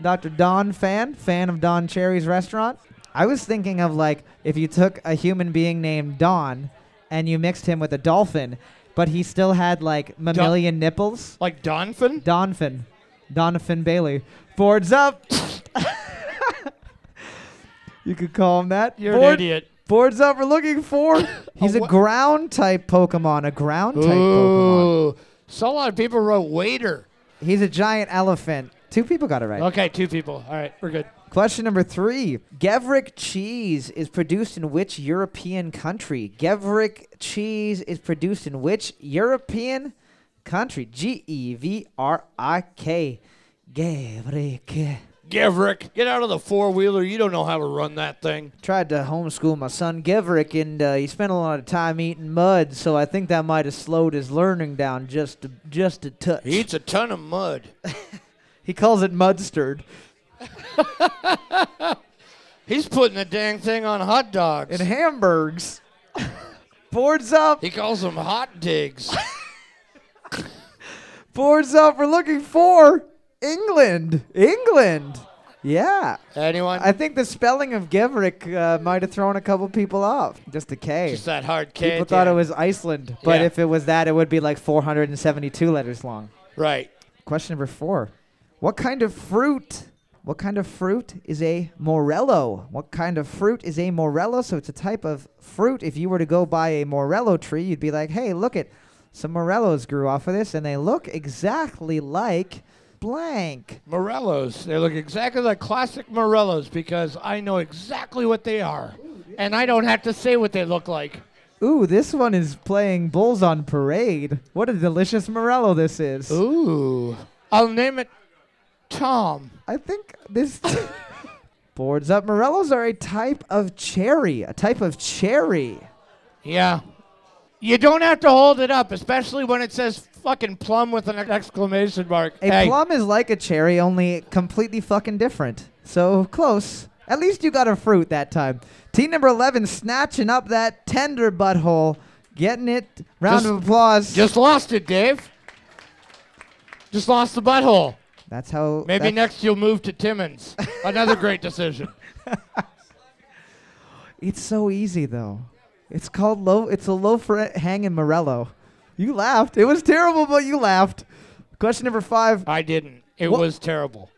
A: Dr. Don Fan, fan of Don Cherry's restaurant. I was thinking of like if you took a human being named Don and you mixed him with a dolphin, but he still had like mammalian nipples.
B: Like Donphin?
A: Donphin. Donphin Bailey. Boards up. you could call him that.
B: You're
A: Board-
B: an idiot.
A: Boards up, we're looking for. He's a,
B: wha-
A: ground type Pokemon. A ground type Pokemon.
B: Ooh. So a lot of people wrote waiter.
A: He's a giant elephant. Two people got it right.
B: Okay, two people. All right, we're good.
A: Question number three. Gevrek cheese is produced in which European country? Gevrek cheese is produced in which European country? G E V R I K. Gevrek.
B: Gavrick, get out of the four wheeler. You don't know how to run that thing.
A: Tried to homeschool my son Gevrek, and uh, he spent a lot of time eating mud, so I think that might have slowed his learning down just a, just a touch.
B: He eats a ton of mud.
A: He calls it mudstard.
B: He's putting the dang thing on hot dogs.
A: And hamburgs. Boards up.
B: He calls them hot digs.
A: boards up. We're looking for England. England. Yeah.
B: Anyone?
A: I think the spelling of Gevrik uh, might have thrown a couple people off. Just a K.
B: Just that hard K.
A: people
B: at the
A: thought it
B: end.
A: was Iceland, but
B: Yeah.
A: if it was that, it would be like 472 letters long.
B: right.
A: Question number four. What kind of fruit? What kind of fruit is a morello? What kind of fruit is a morello? So it's a type of fruit. If you were to go by a morello tree, you'd be like, hey, look at some morellos grew off of this, and they look exactly like blank.
B: Morellos. They look exactly like classic Morellos because I know exactly what they are, and I don't have to say what they look like.
A: Ooh, this one is playing Bulls on Parade. What a delicious morello this is.
B: Ooh. I'll name it Tom.
A: I think this boards up. Morellos are a type of cherry, a type of cherry.
B: Yeah. You don't have to hold it up, especially when it says fucking plum with an exclamation mark.
A: A
B: Hey,
A: plum is like a cherry, only completely fucking different. So close. At least you got a fruit that time. Team number 11 snatching up that tender butthole, getting it. Round
B: Just-
A: of applause.
B: Just lost it, Dave. Just lost the butthole.
A: that's how.
B: Maybe
A: that's-
B: next you'll move to Timmins. Another great decision.
A: It's so easy though. It's called low. It's a low for hanging Morello. You laughed. It was terrible, but you laughed. Question number five.
B: I didn't. It
A: What-
B: was terrible.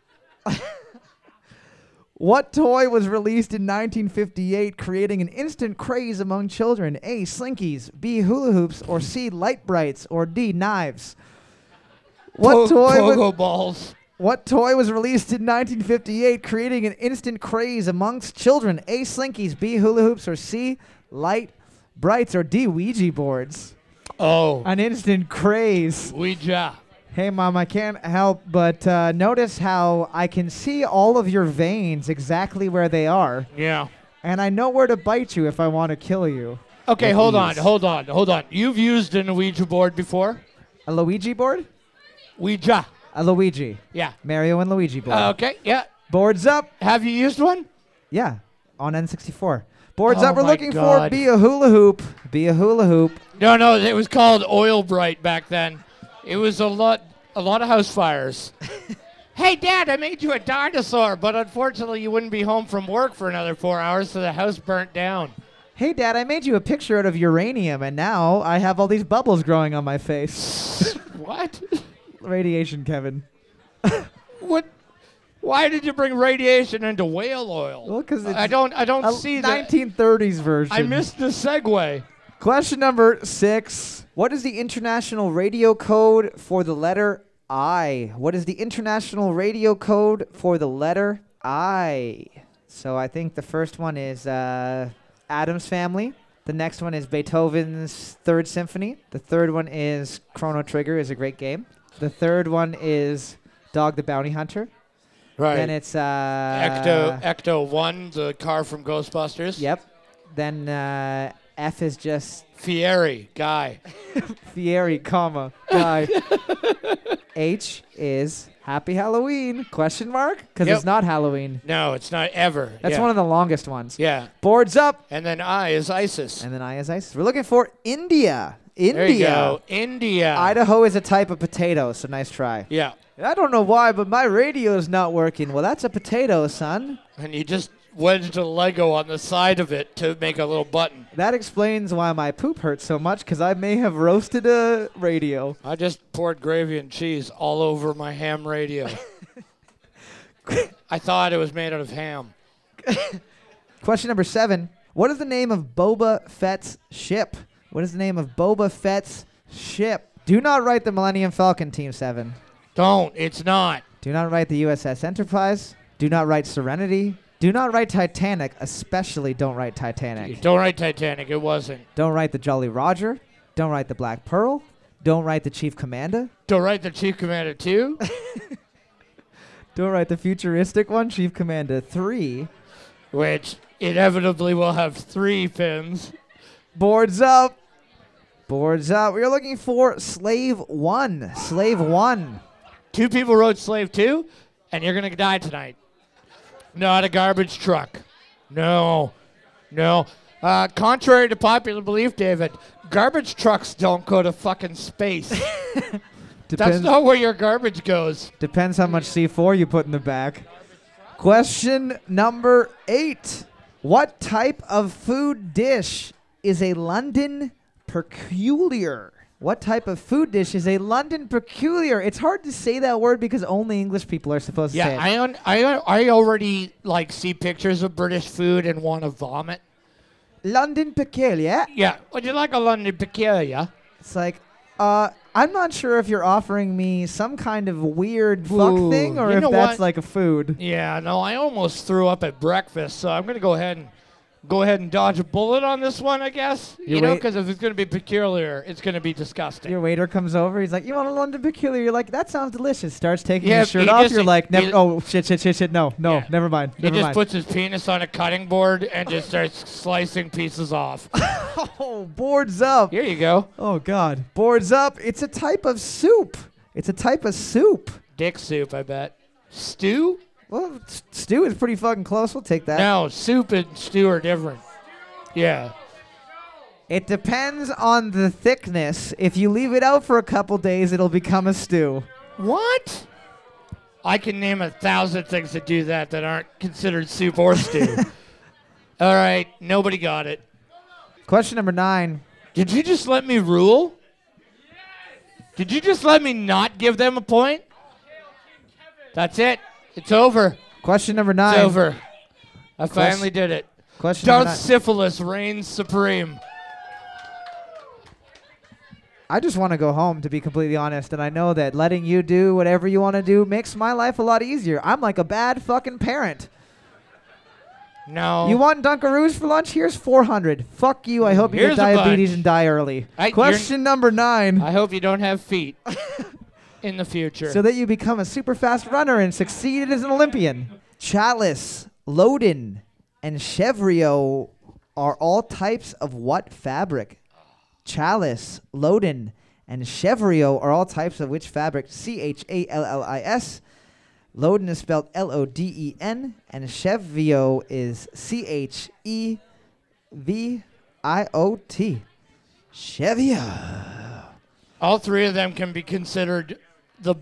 A: What toy was released in 1958, creating an instant craze among children? A. Slinkies, B. Hula hoops, or C. Light brights, or D. Knives. What
B: Po-
A: toy?
B: Pogo
A: Was,
B: balls.
A: what toy was released in 1958, creating an instant craze amongst children? A. Slinkies, B. Hula hoops, or C. Light brights, or D. Ouija boards.
B: Oh,
A: An instant craze.
B: Ouija.
A: Hey, mom, I can't help but uh, notice how I can see all of your veins exactly where they are
B: Yeah.
A: and I know where to bite you if I want to kill you.
B: Okay,
A: With
B: hold
A: ease.
B: on, hold on, hold on. You've used an Ouija board before?
A: A Luigi board?
B: Ouija.
A: A Luigi.
B: Yeah.
A: Mario and Luigi board.
B: okay, yeah.
A: Boards up.
B: Have you used one?
A: Yeah, on N64. Boards
B: Oh
A: up. We're
B: my
A: looking for
B: God.
A: be a hula hoop. Be a hula hoop.
B: No, no, it was called Oil Bright back then. It was a lot a lot of house fires. hey dad, I made you a dinosaur, but unfortunately you wouldn't be home from work for another 4 hours so the house burnt down.
A: Hey, Dad, I made you a picture out of uranium, and now I have all these bubbles growing on my face.
B: What?
A: Radiation, Kevin.
B: What why did you bring radiation into whale oil?
A: Well, 'cause
B: I
A: it's
B: don't I don't
A: A
B: see that.
A: 1930s version.
B: I missed the segue.
A: Question number six. What is the international radio code for the letter I? What is the international radio code for the letter I? So I think the first one is uh, Adam's Family. The next one is Beethoven's Third Symphony. The third one is Chrono Trigger is a great game. The third one is Dog the Bounty Hunter. Then it's uh,
B: Ecto Ecto One, the car from Ghostbusters.
A: Yep. Then uh, F is just
B: Fieri guy.
A: Fieri, comma guy. H is Happy Halloween? Question mark? Because
B: Yep.
A: it's not Halloween.
B: No, it's not ever.
A: That's
B: yeah.
A: one of the longest ones.
B: Yeah,
A: Boards up,
B: and then I is ISIS.
A: and then I is ice. We're looking for India. India.
B: there you go, India.
A: Idaho is a type of potato, so nice try.
B: yeah,
A: I don't know why, but my radio is not working. Well, that's a potato, son.
B: and you just wedged a Lego on the side of it to make a little button.
A: That explains why my poop hurts so much, because I may have roasted a radio.
B: I just poured gravy and cheese all over my ham radio. I thought it was made out of ham.
A: Question number seven. What is the name of Boba Fett's ship? What is the name of Boba Fett's ship? Do not write the Millennium Falcon, Team 7.
B: Don't. It's not.
A: Do not write the USS Enterprise. Do not write Serenity. Do not write Titanic, especially don't write
B: You
A: Titanic.
B: don't write Titanic. It wasn't.
A: Don't write the Jolly Roger. Don't write the Black Pearl. Don't write the Chief Commander.
B: Don't write the Chief Commander two.
A: Don't write the futuristic one, Chief Commander 3.
B: which inevitably will have three pins.
A: Boards up. Boards up. We are looking for Slave 1. Slave 1.
B: Two people wrote Slave 2, and you're going to die tonight. Not a garbage truck. No. No. Uh, contrary to popular belief, David, garbage trucks don't go to fucking space. That's
A: Depends-
B: not where your garbage goes.
A: Depends how much C4 you put in the back. Question number eight What type of food dish is a London peculiar? What type of food dish is a London peculiar? It's hard to say that word because only English people are supposed to say it.
B: Yeah, I, un- I, un- I already like see pictures of British food and want to vomit.
A: London peculiar.
B: Yeah, would you like a London peculiar?
A: It's like, uh, I'm not sure if you're offering me some kind of weird fuck
B: Ooh,
A: thing or
B: you
A: if
B: know
A: that's
B: what?
A: like a food.
B: Yeah, no, I almost threw up at breakfast, so I'm gonna go ahead and go ahead and dodge a bullet on this one, I guess. You,
A: Your
B: know,
A: wait-
B: because if it's gonna be peculiar, it's gonna be disgusting.
A: Your waiter comes over. He's like, "You want a London peculiar?" You're like, "That sounds delicious." Starts taking
B: Yeah,
A: his shirt
B: he
A: off.
B: just-
A: you're like, "Never."
B: he-
A: oh shit, shit, shit, shit. No, no,
B: Yeah.
A: never mind.
B: he
A: Never
B: just
A: mind.
B: puts his penis on a cutting board and just starts slicing pieces off.
A: oh, boards up.
B: Here you go,
A: Oh god, boards up. It's a type of soup. It's a type of soup.
B: dick soup, I bet. Stew?
A: Well, s- stew is pretty fucking close. We'll take that.
B: No, soup and stew are different. Yeah.
A: It depends on the thickness. If you leave it out for a couple days, it'll become a stew.
B: What? I can name a thousand things that do that that aren't considered soup or stew. All right, nobody got it.
A: Question number nine.
B: Did you just let me rule? Did you just let me not give them a point? That's it. It's over.
A: Question number
B: It's
A: nine.
B: over. I finally did it.
A: Question number
B: Darth
A: nine.
B: Syphilis reigns supreme.
A: I just want to go home, to be completely honest. And I know that letting you do whatever you want to do makes my life a lot easier. I'm like a bad fucking parent.
B: No.
A: You want Dunkaroos for lunch? Here's 400. Fuck you. I hope you
B: Mm, Here's a
A: get diabetes
B: bunch.
A: and die early.
B: I- you're-
A: Question number nine.
B: I hope you don't have feet in the future.
A: so that you become a super fast runner and succeed as an Olympian. Chalice, Loden, and Chevrio are all types of what fabric? Chalice, Loden, and Chevrio are all types of which fabric? C H A L L I S. Loden is spelled L O D E N, and Chevrio is C H E V I O T. Chevio.
B: All three of them can be considered the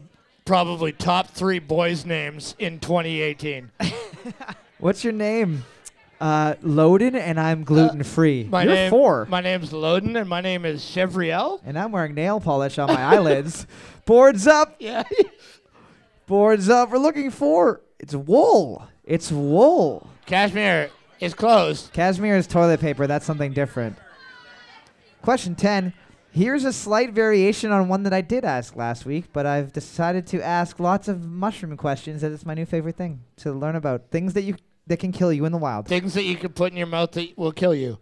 B: probably top three boys' names in 2018.
A: What's your name? Uh, Loden, and I'm gluten free.
B: Uh, My
A: You're
B: name,
A: four,
B: My name's Loden, and my name is Chevriel.
A: and I'm wearing nail polish on my eyelids. Boards up,
B: Yeah.
A: boards up. We're looking for it's wool. It's wool.
B: Cashmere is closed.
A: Cashmere is toilet paper. That's something different. Question ten. Here's a slight variation on one that I did ask last week, but I've decided to ask lots of mushroom questions as it's my new favorite thing to learn about things that you that can kill you in the wild.
B: Things that you can put in your mouth that will kill you.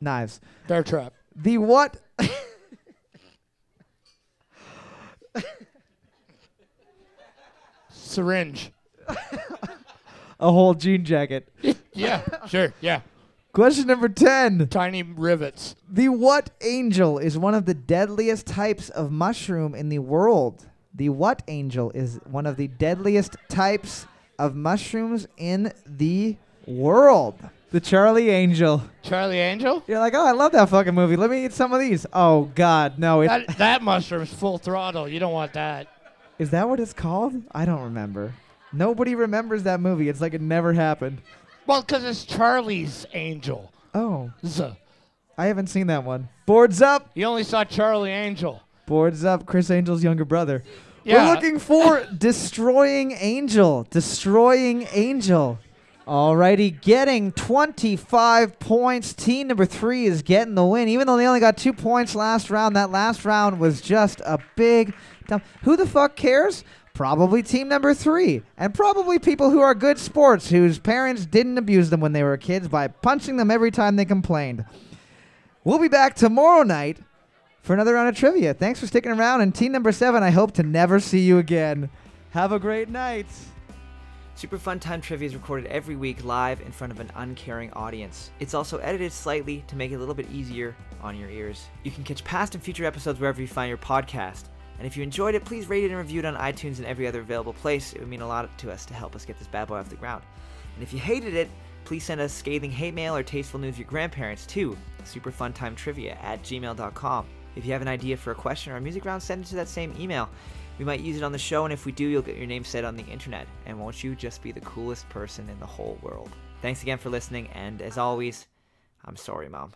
A: Knives.
B: Bear trap.
A: The what?
B: Syringe.
A: A whole jean jacket.
B: Yeah, sure. Yeah.
A: Question number 10.
B: Tiny rivets.
A: The what angel is one of the deadliest types of mushroom in the world? The what angel is one of the deadliest types of mushrooms in the world? The Charlie Angel.
B: Charlie Angel?
A: You're like, oh, I love that fucking movie. Let me eat some of these. Oh God, no! It,
B: That, that mushroom's full throttle. You don't want that.
A: is that what it's called? I don't remember. Nobody remembers that movie. It's like it never happened.
B: Well, 'cause it's Charlie's Angel.
A: Oh,
B: Zuh.
A: I haven't seen that one. Boards up.
B: You only saw Charlie Angel.
A: Boards up. Chris Angel's younger brother.
B: Yeah.
A: We're looking for Destroying Angel. Destroying Angel. Alrighty, getting 25 points. Team number three is getting the win, even though they only got two points last round. That last round was just a big dump. Who the fuck cares? Probably team number three, and probably people who are good sports whose parents didn't abuse them when they were kids by punching them every time they complained. We'll be back tomorrow night for another round of trivia. Thanks for sticking around. And team number seven, I hope to never see you again. Have a great night.
F: Super Fun Time Trivia is recorded every week live in front of an uncaring audience. It's also edited slightly to make it a little bit easier on your ears. You can catch past and future episodes wherever you find your podcast. And if you enjoyed it, please rate it and review it on iTunes and every other available place. It would mean a lot to us to help us get this bad boy off the ground. And if you hated it, please send us scathing hate mail or tasteful news of your grandparents too. Superfuntimetrivia at gmail.com. If you have an idea for a question or a music round, send it to that same email. We might use it on the show, and if we do, you'll get your name said on the internet. And won't you just be the coolest person in the whole world? Thanks again for listening, and as always, I'm sorry, Mom.